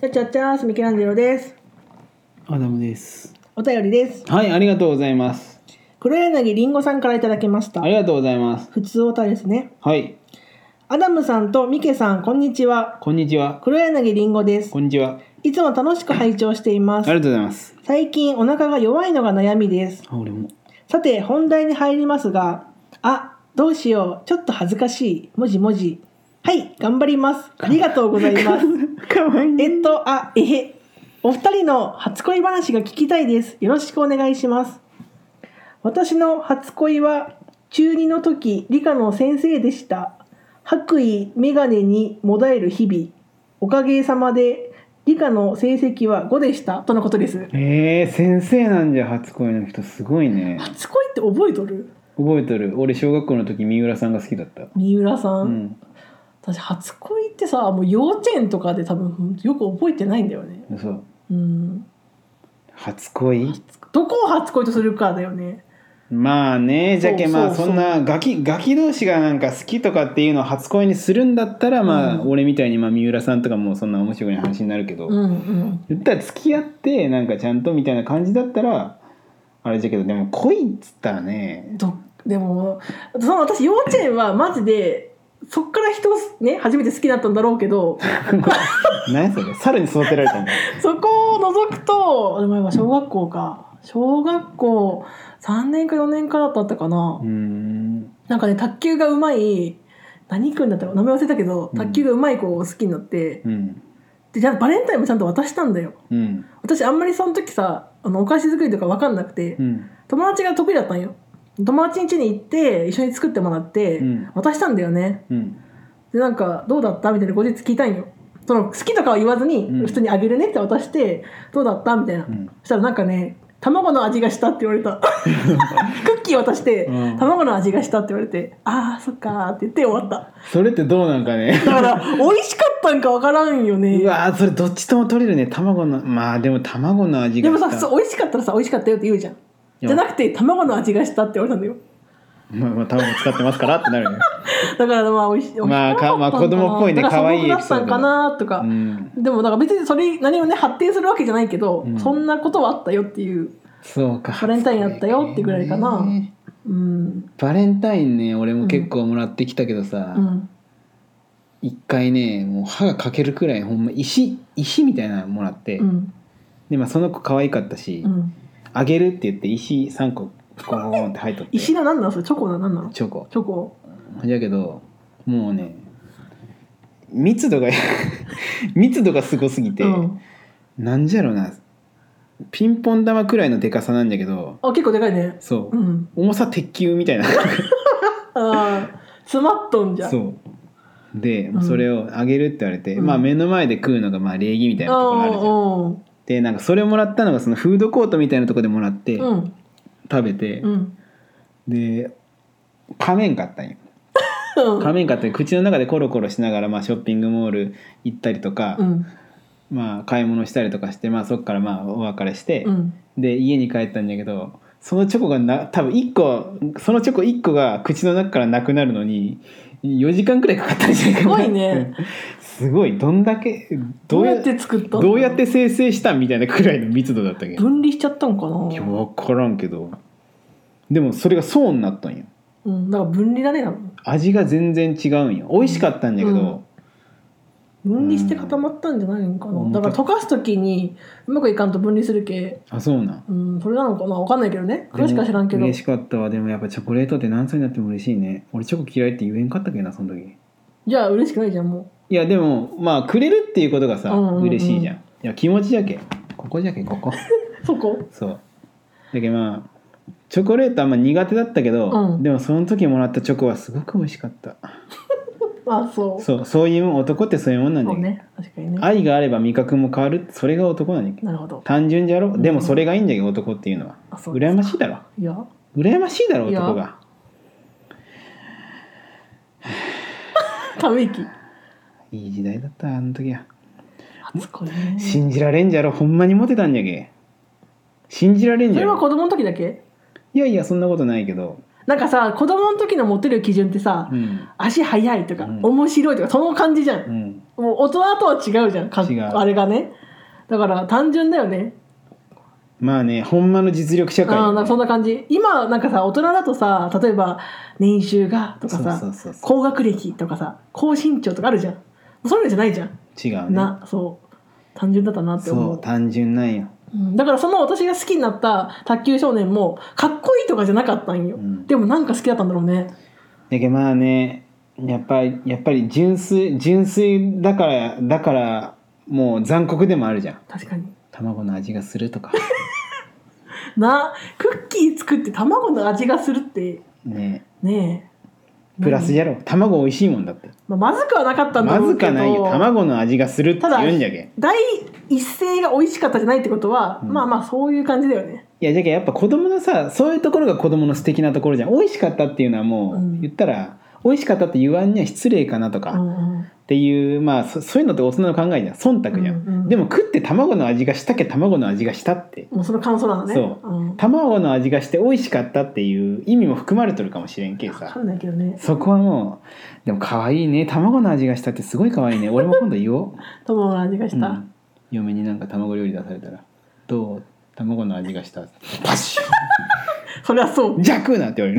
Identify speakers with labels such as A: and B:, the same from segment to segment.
A: ちゃちゃちゃーすミケランジェロです。
B: アダムです。
A: お便りです。
B: はい、ありがとうございます。
A: 黒柳りんごさんからいただきました
B: あ。りがとうございます。
A: 普通おたですね。
B: はい、
A: アダムさんとミケさん、こんにちは。
B: こんにちは。
A: 黒柳りんごです。
B: こんにちは。
A: いつも楽しく拝聴していま
B: あ
A: す
B: り。がとうございます。
A: 最近お腹が弱いのが悩みです。
B: あ、俺も。
A: さて、本題に入りますが、あ、どうしよう。ちょっと恥ずかしい。もじもじ。はい、頑張ります。ありがとうございます。
B: かわいい。
A: えっと、あ、えへ。お二人の初恋話が聞きたいです。よろしくお願いします。私の初恋は中二の時理科の先生でした白衣眼鏡にもだえる日々おかげさまで理科の成績は5でしたとのことです
B: えー、先生なんじゃ初恋の人すごいね
A: 初恋って覚えとる
B: 覚えとる俺小学校の時三浦さんが好きだった
A: 三浦さん、
B: うん
A: 私初恋ってさもう幼稚園とかで多分よく覚えてないんだよね
B: そう
A: うん
B: 初恋
A: どこを初恋とするかだよね
B: まあねじゃけ
A: そう
B: ま
A: そ
B: あ
A: うそう
B: そんなガキガキ同士がなんか好きとかっていうのを初恋にするんだったらまあ、
A: うん
B: 俺みたいにまあ三浦さんとかもそんな面白くない話になるけど、
A: うんうん
B: 言ったら付き合ってなんかちゃんとみたいな感じだったらあれじゃけどでも恋っつったらね
A: どでもその私幼稚園はマジでそっから人をね初めて好きだったんだろうけ ど
B: 何それ猿に育てられたんだ
A: そこを除くとでもやっぱ小学校か小学校3年か4年かだったかな、
B: うーん
A: なんかね卓球がうまい何君だったか名前忘れたけど
B: うん
A: 卓球がうまい子を好きになって、
B: うん
A: でじゃあバレンタインもちゃんと渡したんだよ
B: うん
A: 私あんまりその時さあのお菓子作りとか分かんなくて、
B: うん
A: 友達が得意だったんよ友達ん家に行って一緒に作ってもらって、
B: うん
A: 渡したんだよね、
B: うん
A: でなんか「どうだった?」みたいな後日聞いたんよその好きとかは言わずに
B: うん
A: 普通に「あげるね」って渡して「どうだった?」みたいな、
B: うん
A: そしたらなんかね「卵の味がした」って言われ たクッキー渡して
B: う
A: 「
B: ん
A: 卵の味がした」って言われて「ああそっかー」って言って終わった
B: それってどうなんかね
A: だから 美味しかったんかわからんよ
B: う
A: ね
B: わーそれどっちとも取れるね卵のまあでも卵の味が
A: でも
B: した
A: さそう美味しかったらさ「美味しかったよ」って言うじゃんじゃなくて「卵の味がした」って言われたんだよ
B: まあ、まあ、卵使ってますからってなるよね
A: だからまあ美味しい
B: まあかまあ子供っぽいね
A: 可
B: 可
A: 愛
B: 愛
A: い
B: い
A: だから
B: エピ
A: 素朴
B: ソ
A: だった
B: ード
A: んかなとか、
B: うん
A: でもなんか別にそれ何もね発展するわけじゃないけど、
B: うん
A: そんなことはあったよっていう
B: そうか
A: バレンタインやったよってぐらいかな
B: ね
A: うん
B: バレンタインね俺も結構もらってきたけどさ、
A: うん
B: 一回ねもう歯が欠けるくらいほんま石石みたいなのもらって、
A: うん
B: でまあその子可愛かったし、
A: うん
B: あげるって言って石3個ゴンゴンゴンって入っとって
A: 石の何なのそれチョコの何なのチ
B: チョコ
A: ョコ
B: じゃけどもうね密度が 密度がすごすぎて、
A: うん、
B: なんじゃろうなピンポン玉くらいのでかさなんだけど
A: あ結構でかいね
B: そう
A: う、ん
B: 重さ鉄球みたいな
A: あー詰まっとんじゃん
B: そうで、
A: うん
B: それをあげるって言われて、
A: うん
B: まあ目の前で食うのがまあ礼儀みたいなところあるじゃん
A: うん
B: でなんかそれもらったのがそのフードコートみたいなとこでもらって
A: うんうん
B: 食べて、
A: うん
B: で仮面買ったんよ
A: うん
B: 仮面買って口の中でコロコロしながら、まあ、ショッピングモール行ったりとか、
A: うん
B: まあ、買い物したりとかして、まあ、そっからまあお別れして、
A: うん
B: で家に帰ったんだけどそのチョコがな多分一個そのチョコ1個が口の中からなくなるのに4時間くらいかかったんじゃないかな
A: すごいね
B: すごいどんだけ
A: どう
B: どう
A: や
B: や
A: っ
B: って
A: て作ったの
B: どうやって生成したんみたいなくらいの密度だったけど
A: 分離しちゃったんか
B: いや
A: な
B: 分からんけどでもそれが層になったんよ
A: うんだから分離だね多分
B: 味が全然違うんよ美味しかったんだけど、
A: 分離して固まったんじゃないんかな、
B: うん
A: だから溶かす時にうまくいかんと分離するけ
B: あそうなん
A: うんそれなのかなわかんないけどね詳しくは知らんけ
B: でも
A: ど
B: 嬉しかったわでもやっぱチョコレートって何歳になっても嬉しいね俺チョコ嫌いって言えんかったっけなその時
A: じゃあ嬉しくないじゃんも
B: いやでもまあくれるっていうことがさ、
A: うんうんうん
B: 嬉しいじゃんいや気持ちじゃけここじゃけここ
A: うそこ
B: そうだけどまあチョコレートあんま苦手だったけど、
A: うん
B: でもその時もらったチョコはすごく美味しかった
A: あそう
B: そうそういうもん男ってそういうもんなんだ
A: そ
B: け
A: う
B: ど、
A: ね確かにね
B: 愛があれば味覚も変わるそれが男なんだけど
A: なるほど
B: 単純じゃろ、
A: うん
B: でもそれがいいんだけど男っていうのは
A: あそう
B: 羨ましいだろ
A: いや
B: 羨ましいだろ
A: いや
B: 男が
A: ため息
B: いい時代だったあの時は、
A: 初恋ね
B: 信じられんじゃろほんまにモテたんじゃけ信じられん
A: そ
B: じゃ
A: れは
B: ろ
A: 子供の時だけ
B: いやいやそんなことないけど
A: なんかさ子供の時のモテる基準ってさ、
B: うん
A: 足速いとか、
B: うん
A: 面白いとかその感じじゃん
B: う、ん
A: もう大人とは違うじゃんか
B: 違う
A: あれがねだから単純だよね
B: まあねほんまの実力社会
A: あーなんかそんな感じ今なんかさ大人だとさ例えば年収がとかさ
B: そうそうそうそう
A: 高学歴とかさ高身長とかあるじゃんそういうのじゃないじゃん、
B: 違うね
A: なそう単純だったなって
B: そ
A: 思う
B: う単純なんよ
A: うんだからその私が好きになった卓球少年もかっこいいとかじゃなかったんよ、
B: うん
A: でもなんか好きだったんだろうね
B: だけどまあねやっぱりやっぱり純粋純粋だからだからもう残酷でもあるじゃん
A: 確かに
B: 卵の味がする とか
A: なクッキー作って卵の味がするって
B: ね
A: ねえ
B: プラスじゃろ卵美味しいもんだって
A: まあまずくはなかったんだ
B: ま
A: ろ
B: ず
A: うけ
B: か
A: ど
B: ないよ卵の味がするって
A: ただ
B: 言うんじゃけん
A: 第一声が美味しかったじゃないってことは、
B: うん
A: まあまあそういう感じだよね
B: いやじゃけんやっぱ子供のさそういうところが子供の素敵なところじゃん美味しかったっていうのはもう、
A: うん
B: 言ったら美味しかったって言わんには失礼かなとか、
A: う
B: っ
A: んうん
B: ていうまあそそういうのって大人の考えじゃん忖度じゃん、
A: うんうん
B: でも食って卵の味がしたけ卵の味がしたって
A: もうその感想なのね
B: そ
A: うん、
B: 卵の味がして美味しかったっていう意味も含まれとるかもしれんけ
A: わか
B: さ
A: んないけどね
B: そこはもうでも可愛いね卵の味がしたってすごい可愛いね俺も今度言おう、
A: 友の味がした、
B: うん嫁になんか卵料理出されたら「どう卵の味がした」パシ ッ
A: そりゃそう
B: 「ジャク!」なんて言われ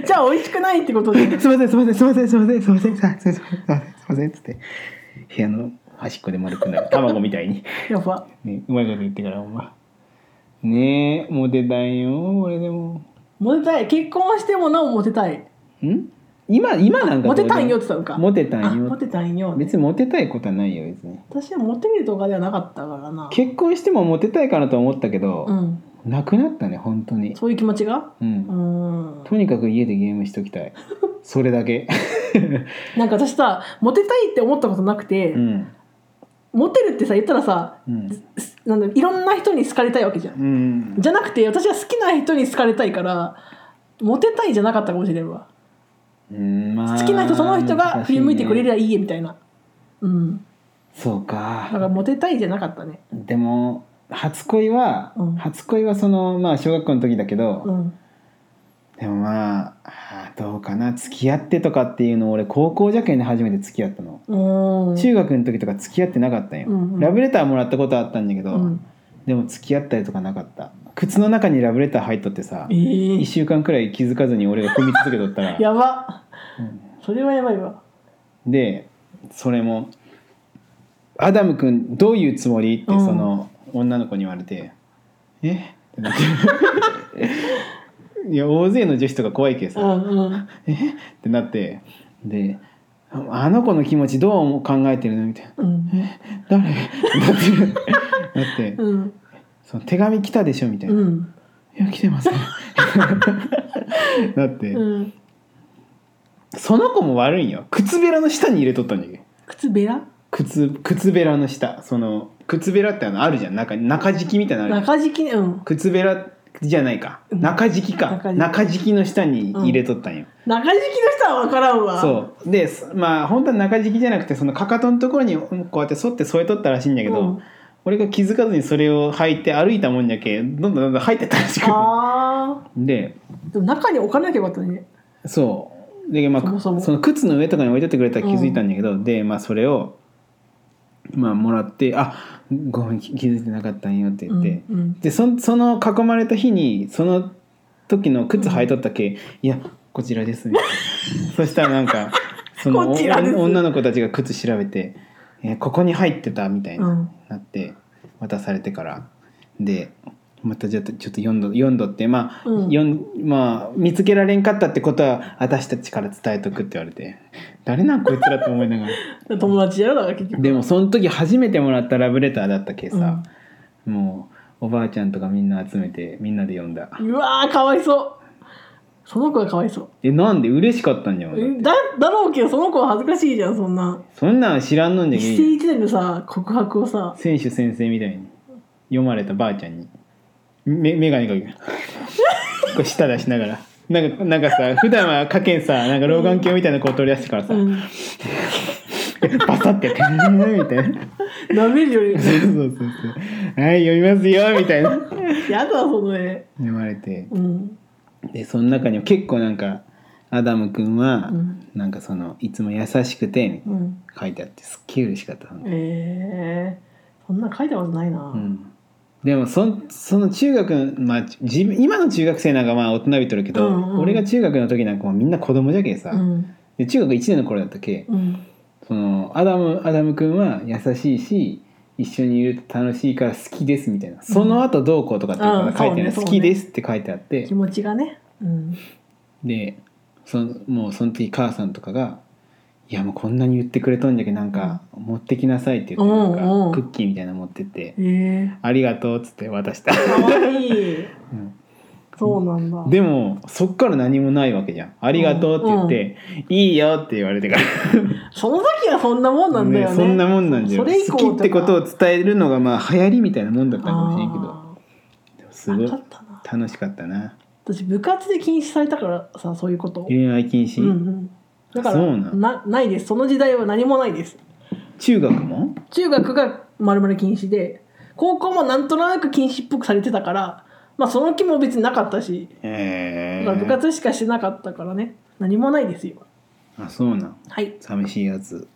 B: る
A: じゃあ美味しくないってことで
B: すいませんすいませんすいませんすいませんすいませんすいませんすいませんすいません」っつって部屋の端っこで丸くなる卵みたいに、
A: やっぱ
B: ね、うまいこと言ってからほんまねえモテたいよ俺でも
A: モテたい結婚してもなおモテたい
B: ん今今なんか
A: モテ
B: どうでも
A: たいよって言ったのか
B: モテた
A: あ
B: い
A: モ
B: よ
A: テたいよ
B: 別にモテたいことはないよ別に
A: 私はモテるとかではなかったからな
B: 結婚してもモテたいかなとは思ったけど、
A: うん
B: なくなったね本当に
A: そういう気持ちがう
B: う、
A: んん
B: とにかく家でゲームしときたいそれだ け
A: なんか私さモテたいって思ったことなくて、
B: うん
A: モテるってさ言ったらさ
B: うん、
A: すなんだいろんな人に好かれたいわけじゃん
B: うん、
A: じゃなくて私は好きな人に好かれたいからモテたいじゃなかったかもしれんわ
B: うんまあ
A: 好きな人その人が振り向いてくれり
B: ゃ
A: ゃいいえみたいなうん
B: そう
A: だか
B: から
A: モテたいじゃなかったね
B: でも初恋は、
A: うん
B: 初恋はそのまあ小学校の時だけど、
A: うん
B: でもまああーどうかな付き合ってとかっていうのを俺高校じゃけんで初めて付き合ったの
A: うん
B: 中学の時とか付き合ってなかったんよ、
A: うんうん
B: ラブレターもらったことはあったんだけど、
A: うん
B: でも付き合ったりとかなかった靴の中にラブレター入っとってさ
A: えー
B: 1週間くらい気づかずに俺が踏み続けとった ら
A: やば
B: うん
A: それはやばいわ
B: でそれも「アダム君どういうつもり?」って
A: うん
B: その女の子に言われて「えってなって いや大勢の女子とか怖いけど
A: う
B: さ、
A: んうん
B: えってなってで「あの子の気持ちどう考えてるの?」みたい
A: う
B: な
A: ん
B: 「誰?」ってなってなって
A: うん
B: その「手紙来たでしょ」みたいな「
A: うん
B: いや来てま せん」なって、
A: うん
B: その子も悪いんよ靴べらの下に入れとったんだけど
A: 靴べら
B: 靴靴べらの下その靴べらってあのあるじゃん中中敷きみたいなのあるじゃん
A: 中敷きねうん
B: 靴べらじゃないか
A: うん
B: 中敷きか
A: 中敷き
B: 中敷きの下に入れとったんよ、
A: 中敷きの人は分からんわ
B: そうでまあ本当は中敷きじゃなくてそのかかとのところにこうやって沿って添えとったらしいんだけど、
A: うん
B: 俺が気づかずにそれを履いて歩いたもんじゃけどんどんどんどん入ってったらしくて
A: あ
B: で
A: ーでも中に置かなきゃよかったね
B: そうで、まあ、
A: そもそも
B: の靴の上とかに置いとってくれたら気づいたんだけど、で、まあ、それを、まあ、もらって「あごめん気気づいてなかったんよ」って言って、
A: うんうん
B: でそんその囲まれた日にその時の靴履いとったけ「いやこちらです」みたいな そしたらな んかそのお
A: こちらです
B: 女の子たちが靴調べて「えーここに入ってた」みたいな、
A: うん
B: なって渡されてからでまたちょっとちょっと読んど読んどってまあ、
A: うん
B: 読んまあ見つけられんかったってことは私たちから伝えとくって言われて誰なんこいつらと思いなが ら
A: 友達やろだから結局
B: でもその時初めてもらったラブレターだったけさ、もうおばあちゃんとかみんな集めてみんなで読んだ
A: うわーかわいそうその子がかわいそう
B: えなんで嬉しかったんじゃん俺
A: えだだろうけどその子は恥ずかしいじゃんそんな
B: そんなん知らんのんじゃ
A: 一
B: け
A: 世
B: ん
A: 一代のさ告白をさ
B: 選手先生みたいに読まれたばあちゃんにめ眼鏡かける こう舌出しながらなんかなんかさ普段はかけんさなんか老眼鏡みたいなこう取り出してからさ、
A: うん
B: バサッてやって「 みたいな
A: 舐めるより
B: そうそうそう そう「はい読みますよ」みたいな
A: やだその絵
B: 読まれて
A: うん
B: でその中には結構なんかアダム君は
A: うん
B: なんかそのいつも優しくて
A: うん
B: 書いてあってすっげえ嬉しかった、う
A: えー、そんな書いたことないな、
B: ん、でもそんその中学のまあ自分今の中学生なんかまあ大人びとるけど、
A: うんうん
B: 俺が中学の時なんかもうみんな子供じゃけさ、
A: うん
B: で中学1年の頃だったけ
A: うん
B: そのアダムアダム君は優しいし一緒にいると楽しいから好きですみたいなその後どうこうとかっていうのが書いてない、
A: うんそうね
B: 好きですって書いてあって、
A: 気持ちがねうん
B: でそのもうその時母さんとかが「いやもうこんなに言ってくれとんじゃけなんか持ってきなさい」って言ってなんか
A: うんうん
B: クッキーみたいなの持ってって
A: えー
B: 「ありがとう」っつって渡した、
A: かわい い
B: うん
A: そうなんだ
B: でもそっから何もないわけじゃん「ありがとう」って言って「いいよ」って言われてから
A: その時はそんなもんなんだよね
B: そんなもんなんじゃ
A: そ
B: ん好
A: れ以降
B: きってことを伝えるのがまあ流行りみたいなもんだったかもしれんけど
A: あ
B: でもす
A: ー
B: ご
A: ないかったな
B: 楽しかったな
A: 私部活で禁止されたからさそういうこと
B: 恋愛禁
A: うんう
B: 止
A: んだから
B: そうなん
A: なないですその時代は何もないです
B: 中学も
A: 中学がまるまる禁止で高校もなんとなく禁止っぽくされてたからまあその気も別になかったしだ
B: え
A: から部
B: ー、
A: 活しかしてなかったからね何もないですよ
B: あそうなん
A: はい
B: 寂しいやつ